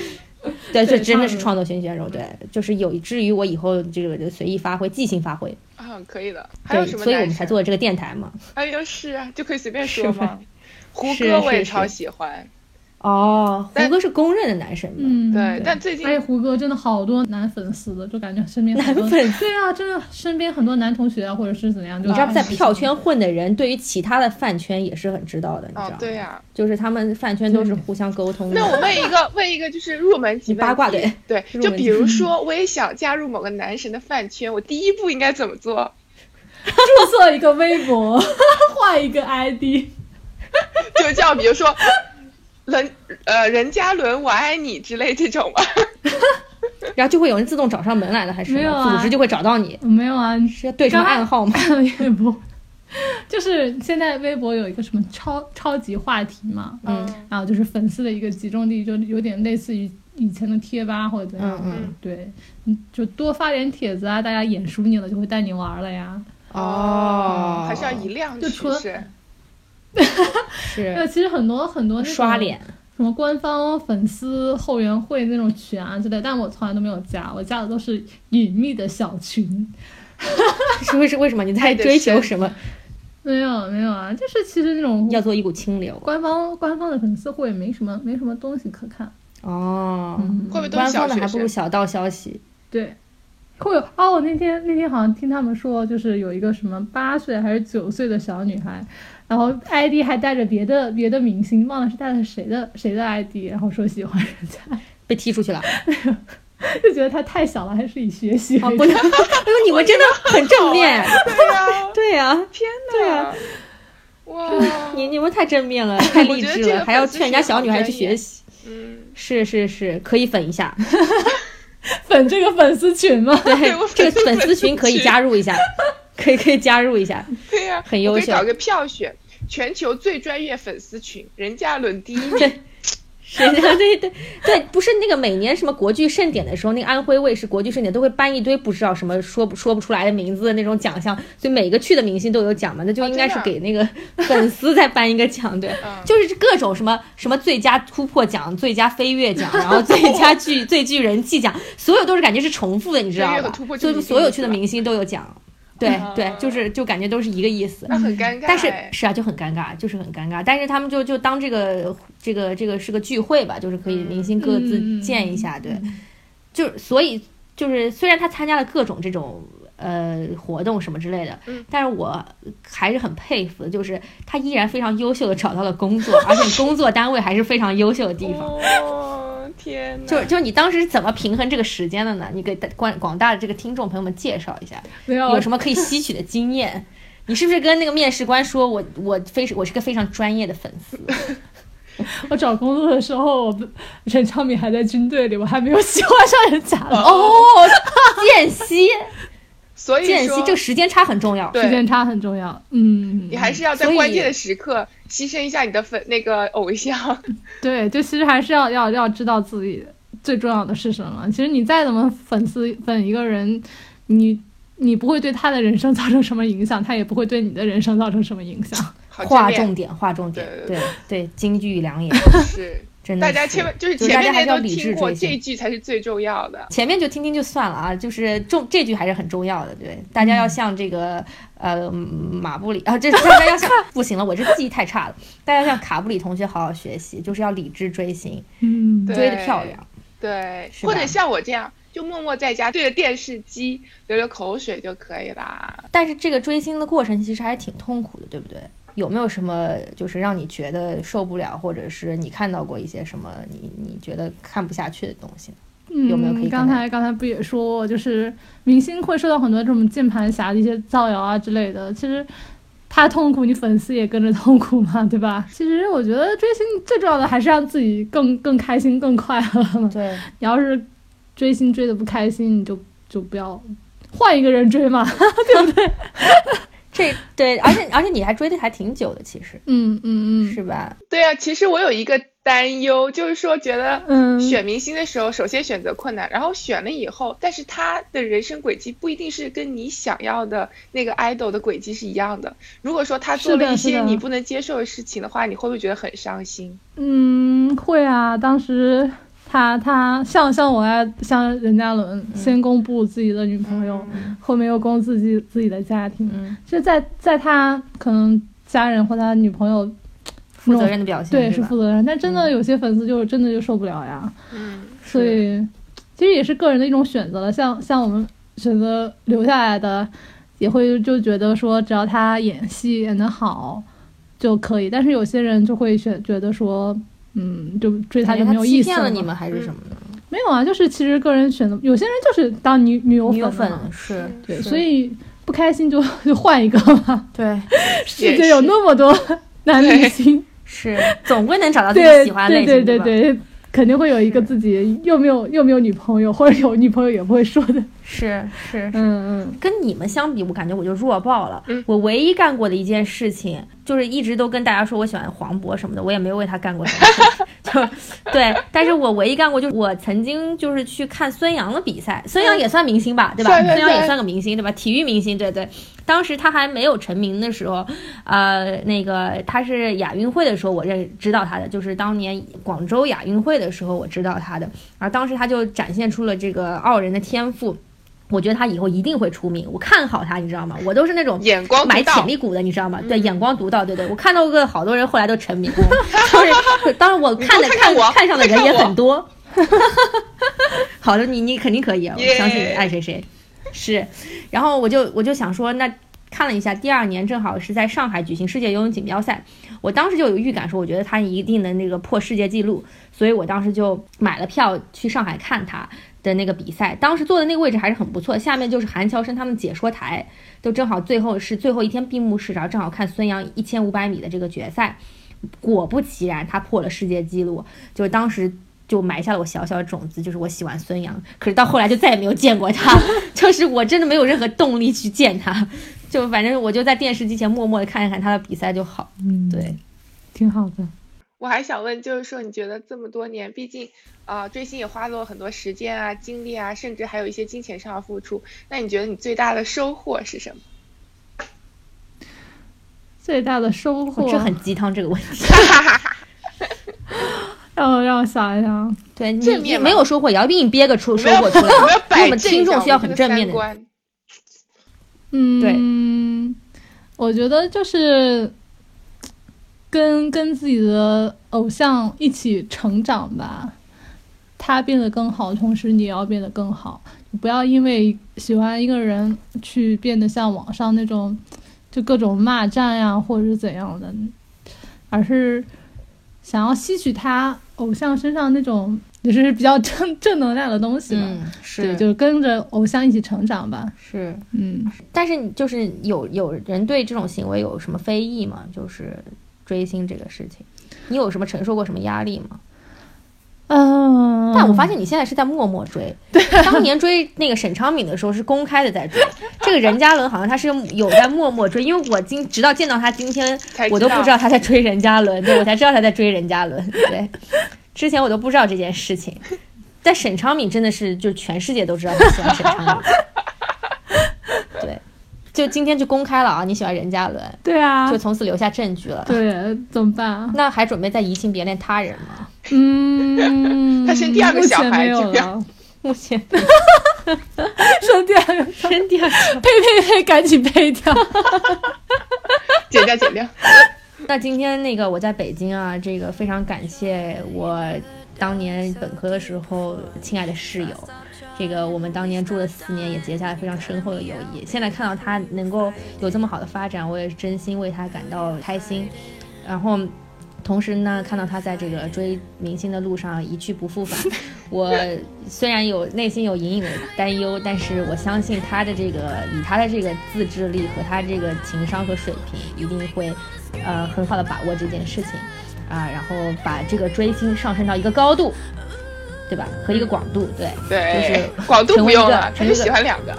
S1: 对，这
S3: 对
S1: 真的
S3: 创
S1: 是
S3: 作
S1: 创作型选手，对，就是有至于我以后这个随意发挥、即兴发挥，
S2: 啊，可以的。还
S1: 对，
S2: 有什么？
S1: 所以我们才做。了这个电台嘛。
S2: 哎呦，是啊，就可以随便
S1: 是
S2: 说
S1: 吧
S2: 嘛。胡
S1: 是
S2: 歌我
S1: 是
S2: 也
S1: 是
S2: 超喜欢，
S1: 哦，胡
S2: 但
S1: 歌是公认的男神嘛？
S3: 嗯，
S2: 对，但最近哦
S3: 哎，胡歌真的好多男粉丝的，就感觉身边很多
S1: 男粉
S3: 对啊，真的身边很多男同学啊，或者是怎样，就啊
S1: 你知道，在
S3: 很
S1: 票圈混的人，对于其他的饭圈也是很知道的，你知道
S2: 哦
S1: 吗？，
S2: 对呀、
S1: 就是他们饭圈都是
S3: 嗯
S1: 互相沟通的。
S2: 那我问一个， 问一个就是入门级
S1: 你八卦
S2: 问题对，
S1: 入
S2: 就
S1: 门
S2: 比
S1: 级
S2: 如说，我也想加入某个男神的饭圈，我第一步应该怎么做？
S3: 注册一个微博， 换一个 ID，
S2: 就叫比如说，人呃任嘉伦我爱你之类这种吧。
S1: 然后就会有人自动找上门来了，还是什么
S3: 没有啊
S1: 组织就会找到你，
S3: 没有啊，
S1: 是要对什么
S3: 刚
S1: 暗号吗？
S3: 微博，就是现在微博有一个什么超超级话题嘛，
S1: 嗯
S3: 然后就是粉丝的一个集中地，就有点类似于以前的贴吧或者怎样，
S1: 嗯
S2: 嗯
S3: 对，嗯，就多发点帖子啊，大家眼熟你了就会带你玩儿了呀。
S1: 哦，
S2: 还是要以量取
S3: 就除了
S2: 胜。
S1: 是
S3: 对，呃其实很多很多那种
S1: 刷脸。
S3: 什么官方粉丝后援会那种群啊之类，但我从来都没有加，我加的都是隐秘的小群。
S1: 是为是为什么你在
S2: 爱得
S1: 追求
S2: 深
S1: 什么？
S3: 没有没有啊，就是其实那种
S1: 要做一股清流
S3: 官方官方的粉丝会没什么没什么东西可看，
S1: 哦。
S3: 嗯
S2: 会不会都
S1: 官
S2: 是
S1: 方
S2: 小
S1: 的还
S2: 学
S1: 不如
S2: 生？
S1: 小道消 息，
S3: 对，会有哦。我那天那天好像听他们说，就是有一个什么八岁还是九岁的小女孩，然后 ID 还带着别的别的明星，忘了是带了谁的谁的 ID，然后说喜欢人家，
S1: 被踢出去了。啊，
S3: 就觉得她太小了，还是以学习为
S1: 不
S3: 主。
S1: 能！哎呦，你们真的很正面。
S2: 对啊呀、
S1: 对呀、
S2: 天哪！
S1: 对啊
S2: 哇，
S1: 你你们太正 面了，太励志
S2: 我觉得这
S1: 了，
S2: 个
S1: 还要
S2: 粉丝
S1: 劝人家
S2: 群好
S1: 小女孩去
S2: 专业
S1: 学习。
S2: 嗯，
S1: 是是是，可以粉一下。
S3: 粉这个粉丝群吗？
S2: 对我
S1: 哎这个
S2: 粉
S1: 粉丝群可以
S2: 群
S1: 加入 一下，可以可以加入一下。
S2: 对呀、
S1: 很优
S2: 我可以
S1: 秀
S2: 搞个票选，全球最专业粉丝群，任嘉伦第一名。
S1: 对，是的， 对对对，不是那个每年什么国剧盛典的时候，那个安徽卫视国剧盛典都会颁一堆不知道什么说不说不出来的名字的那种奖项，所以每个去的明星都有奖嘛，那就
S2: 哦
S1: 应该
S2: 真
S1: 是
S2: 的啊
S1: 给那个 粉丝再颁一个奖，对，
S2: 嗯
S1: 就是各种什么什么最佳突破奖、最佳飞跃奖，然后最 佳剧最具人气奖，所有都是感觉是重复的，你知
S2: 飞
S1: 道
S2: 跃和
S1: 吧
S2: 突破？就
S1: 所
S2: 是
S1: 以
S2: 你
S1: 所
S2: 定
S1: 有
S2: 义
S1: 去
S2: 是
S1: 的
S2: 吧
S1: 明星都有奖，对对
S2: 哦，
S1: 就是就感觉都是一个意思。
S2: 那很尴尬、哎。
S1: 但是是啊，就很尴尬，就是很尴尬。但是他们就就当这个这个这个是个聚会吧，就是可以明星各自见一下，对，就所以就是虽然他参加了各种这种呃活动什么之类的，
S2: 嗯
S1: 但是我还是很佩服的，就是他依然非常优秀的找到了工作，而且工作单位还是非常优秀的地方。
S2: 哦，天哪！
S1: 就是就是你当时是怎么平衡这个时间的呢？你给大广广大的这个听众朋友们介绍一下。
S3: 没有，
S1: 有什么可以吸取的经验？ 你是不是跟那个面试官说我我非我是个非常专业的粉丝？
S3: 我找工作的时候，我不陈昌明还在军队里，我还没有喜欢上人家呢。
S1: 哦，间隙
S2: 所以
S1: 间隙，
S2: 说
S1: 这个时间差很重要。
S2: 对
S3: 时间差很重要，嗯，
S2: 你还是要在
S1: 所以
S2: 关键的时刻牺牲一下你的粉那个偶像，
S3: 对，就其实还是要要要知道自己最重要的是什么。其实你再怎么粉丝粉一个人，你你不会对他的人生 造成什么影响，他也不会对你的人生造成什么影 响。
S2: 好
S1: 划
S2: 正
S1: 重
S2: 面
S1: 点，划重点，
S2: 对
S1: 对对，金句良 言，
S2: 是
S1: 真的
S2: 大
S1: 是。
S2: 家千万就是
S1: 就是
S2: 前
S1: 大家
S2: 面
S1: 还
S2: 那
S1: 是要
S2: 些都
S1: 理智
S2: 听过，
S1: 追
S2: 这
S1: 星
S2: 一句才是最重要的。
S1: 前面就听听就算了啊，就是重这句还是很重要的，对，大家要
S2: 嗯
S1: 像这个呃马布里啊，这大家要 像不行了，我这记忆太差了，大家像卡布里同学好好学习，就是要理智追星，
S3: 嗯，
S2: 对
S1: 追得漂亮。
S2: 对，
S1: 是吧
S2: 或者像我这样，就默默在家对着电视机流流口水就可以啦。
S1: 但是这个追星的过程其实还是挺痛苦的，对不对？有没有什么就是让你觉得受不了，或者是你看到过一些什么你你觉得看不下去的东西呢？有没有可以看
S3: 嗯、刚
S1: 看
S3: 才刚才不也说过，就是明星会受到很多这种键盘侠的一些造谣啊之类的，其实。他痛苦，你粉丝也跟着痛苦嘛，对吧？其实我觉得追星最重要的还是让自己更更开心、更快乐嘛。
S1: 对，
S3: 你要是追星追的不开心，你就就不要换一个人追嘛。
S1: 这对，而且而且你还追的还挺久的，其实
S3: 嗯嗯
S1: 是吧？
S2: 对啊，其实我有一个担忧，就是说觉得
S3: 嗯嗯，
S2: 选明星的时候，首先选择困难，然后选了以后，但是他的人生轨迹不一定是跟你想要的那个 idol 的轨迹是一样的。如果说他做
S3: 是
S2: 了
S3: 的
S2: 一
S3: 是
S2: 些
S3: 的
S2: 你不能接受的事情的话，你会不会觉得很伤心？
S3: 嗯，会啊，当时他他像像我爱像任嘉伦，先公布自己的女朋友，后面又公自己自己的家庭，
S1: 嗯，
S3: 就在在他可能家人或他女朋友
S1: 负责任的表现，
S3: 对是嗯
S1: 是吧
S3: 负责任，但真的有些粉丝就真的就受不了呀，
S2: 嗯，
S3: 所以其实也是个人的一种选择了，像像我们选择留下来的，也会就觉得说只要他演戏演得好就可以，但是有些人就会选觉得说，嗯，就追他
S1: 感觉
S3: 就没有意
S1: 欺
S3: 思
S1: 骗了你
S3: 嘛
S1: 们还是什么的？
S3: 没有啊，就是其实个人选择，有些人就是当女女友
S1: 女友
S3: 嗯粉
S1: 粉
S3: 嘛
S1: 是，
S3: 对，
S1: 是
S3: 所以不开心就 就换一个嘛，
S1: 对
S3: 世界有那么多男明星，
S1: 是总归能找到自己
S3: 对
S1: 喜欢的类
S3: 对
S1: 型，
S3: 对对
S1: 吧，
S3: 对。肯定会有一个自己又没有又没有女朋友，或者有女朋友也不会说的。
S1: 是是
S3: 嗯嗯，
S1: 跟你们相比，我感觉我就弱爆了。
S2: 嗯
S1: 我唯一干过的一件事情，就是一直都跟大家说我喜欢黄渤什么的，我也没有为他干过什么事。 就对，但是我唯一干过就是我曾经就是去看孙杨的比赛，孙杨也算明星吧，对吧？
S2: 算算
S1: 孙杨也
S2: 算
S1: 算个明星，对吧？体育明星，对对。当时他还没有成名的时候，呃，那个他是亚运会的时候我认知道他的，就是当年广州亚运会的时候我知道他的，而当时他就展现出了这个傲人的天赋。我觉得他以后一定会出名，我看好他，你知道吗？我都是那种
S2: 眼光独
S1: 买
S2: 到嗯
S1: 潜力股的，你知道吗？对，眼光独到，对对，我看到过好多人后来都 成名了，就是当然我看的
S2: 你多看看我
S1: 看上的人也
S2: 多看看我
S1: 很多。 好的，你你肯定可以，我
S2: 耶
S1: 相信你爱谁谁。是，然后我就我就想说，那看了一下，第二年正好是在上海举行世界游泳锦标赛，我当时就有预感说，我觉得他一定能那个破世界纪录，所以我当时就买了票去上海看他的那个比赛。当时坐的那个位置还是很不错，下面就是韩乔生他们解说台，就正好最后是最后一天闭幕式，然后正好看孙杨一千五百米的这个决赛。果不其然，他破了世界纪录，就当时。就埋下了我小小的种子，就是我喜欢孙杨，可是到后来就再也没有见过 他，就是我真的没有任何动力去见他，就反正我就在电视机前默默的看一看他的比赛就好。
S3: 嗯，
S1: 对，
S3: 挺好的。
S2: 我还想问，就是说你觉得这么多年，毕竟啊、呃追星也花了很多时间啊、精力啊，甚至还有一些金钱上的付出，那你觉得你最大的收获是什么？
S3: 最大的收获，
S1: 这很鸡汤这个问题。
S3: 让我让我想一想，
S1: 对你
S2: 正
S1: 你
S2: 面嘛
S1: 没有收获，也要逼你憋个出收
S2: 没有
S1: 获出来，
S2: 我要
S1: 因为我
S2: 摆
S1: 们
S2: 正
S1: 听
S2: 一下
S1: 众
S2: 我
S1: 是要
S2: 们
S1: 很
S2: 这个
S1: 正面
S2: 三
S1: 的。
S2: 观
S3: 嗯，我觉得就是跟跟自己的偶像一起成长吧，他变得更好，同时你也要变得更好。你不要因为喜欢一个人去变得像网上那种就各种骂战呀、或者是怎样的，而是想要吸取他偶像身上那种就是比较正正能量的东西吧。
S1: 嗯，
S3: 对，
S1: 是
S3: 就是跟着偶像一起成长吧。
S1: 是，
S3: 嗯，
S1: 但是你就是有有人对这种行为有什么非议吗？就是追星这个事情，你有什么承受过什么压力吗？
S3: 嗯，
S1: 但我发现你现在是在默默追，当年追那个沈昌珉的时候是公开的在追，这个任嘉伦好像他是有在默默追，因为我今直到见到他今天，
S2: 才
S1: 我都不知道他在追任嘉伦，对我才知道他在追任嘉伦，对，之前我都不知道这件事情。但沈昌珉真的是，就全世界都知道他喜欢沈昌珉， 对，就今天就公开了啊，你喜欢任嘉伦，
S3: 对啊
S1: 就，从此留下证据了。
S3: 对，怎么办啊？
S1: 那还准备再移情别恋他人吗？
S3: 嗯，
S2: 他生第二个小孩就
S3: 目前没有
S2: 不要
S3: 了，
S1: 目前
S3: 生第二个，
S1: 真的
S3: 呸呸呸，赶紧呸掉。
S2: 减 掉减掉。
S1: 那今天那个我在北京啊，这个非常感谢我当年本科的时候亲爱的室友，这个我们当年住了四年，也结下了非常深厚的友谊。现在看到他能够有这么好的发展，我也是真心为他感到开心。然后。同时呢，看到他在这个追明星的路上一去不复返， 我虽然有内心有隐隐的担忧，但是我相信他的这个以他的这个自制力和他这个情商和水平，一定会呃很好的把握这件事情啊、然后把这个追星上升到一个高度，对吧？和一个广度，对。
S2: 对，
S1: 就是
S2: 广度
S1: 成
S2: 不
S1: 为一
S2: 用
S1: 个
S2: 了，他
S1: 成为
S2: 就
S1: 一个
S2: 喜欢两个。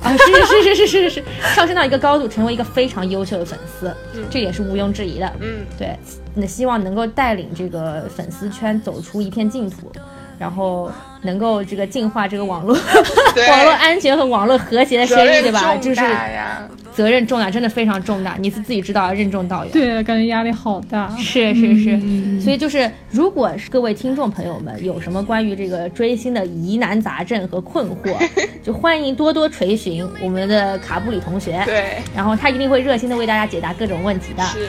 S1: 啊，是是是是是是是，上升到一个高度，成为一个非常优秀的粉丝，
S2: 嗯
S1: 这也是毋庸置疑的。
S2: 嗯，
S1: 对，那希望能够带领这个粉丝圈走出一片净土，然后能够这个净化这个网络
S2: 对，
S1: 网络安全和网络和谐的声
S2: 责
S1: 音，
S2: 任
S1: 对吧？就
S2: 重
S1: 是
S2: 大 呀，
S1: 责任重大，真的非常重大，你是自己知道，任重道远。
S3: 对，感觉压力好大。
S1: 是是是，
S3: 嗯
S1: 所以就是，如果是各位听众朋友们有什么关于这个追星的疑难杂症和困惑， 就欢迎多多垂询我们的卡布里同学，
S2: 对，
S1: 然后他一定会热心的为大家解答各种问题的。
S2: 是，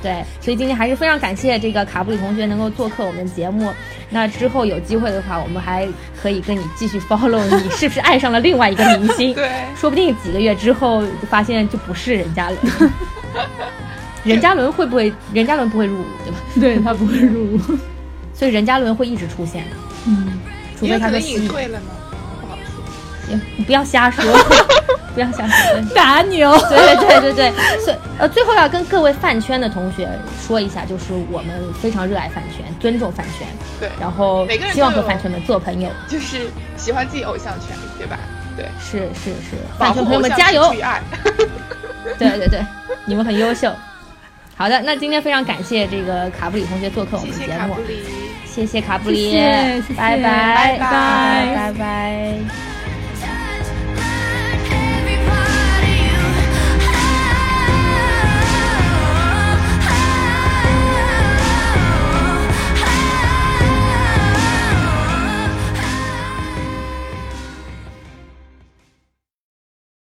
S1: 对，所以今天还是非常感谢这个卡布里同学能够做客我们节目。那之后有机会的话，我们还可以跟你继续 follow 你是不是爱上了另外一个明星，
S2: 对，
S1: 说不定几个月之后就发现就不是任嘉伦。任嘉伦会不会？任嘉伦不会入伍，对吧？
S3: 对他不会入伍。
S1: 所以任嘉伦会一直出现，
S3: 嗯，
S1: 除
S2: 因为
S1: 非
S2: 可
S1: 他被
S2: 能
S1: 吸
S2: 隐
S1: 引。
S2: 退了呢，不好说。
S1: 你不要瞎说， 不要瞎说。对
S3: 打牛。
S1: 对对对对，所以呃，最后要跟各位饭圈的同学说一下，就是我们非常热爱饭圈，尊重饭圈，
S2: 对，
S1: 然后
S2: 每个人都
S1: 希望和
S2: 有
S1: 饭圈们做朋友。
S2: 就是喜欢自己偶像权利，对吧？对，
S1: 是是是，
S2: 保
S1: 饭
S2: 护
S1: 圈朋友
S2: 偶
S1: 们
S2: 像
S1: 加
S2: 是
S1: 油
S2: 出于！爱。
S1: 对对对， 你们很优秀。好的，那今天非常感谢这个卡布里同学做 客我
S2: 谢
S1: 们
S2: 谢
S1: 节
S2: 卡
S1: 目啊
S2: 布，里。
S1: 谢谢卡布里，
S3: 谢谢谢谢
S1: 拜
S3: 拜
S1: 拜
S3: 拜
S1: 拜拜。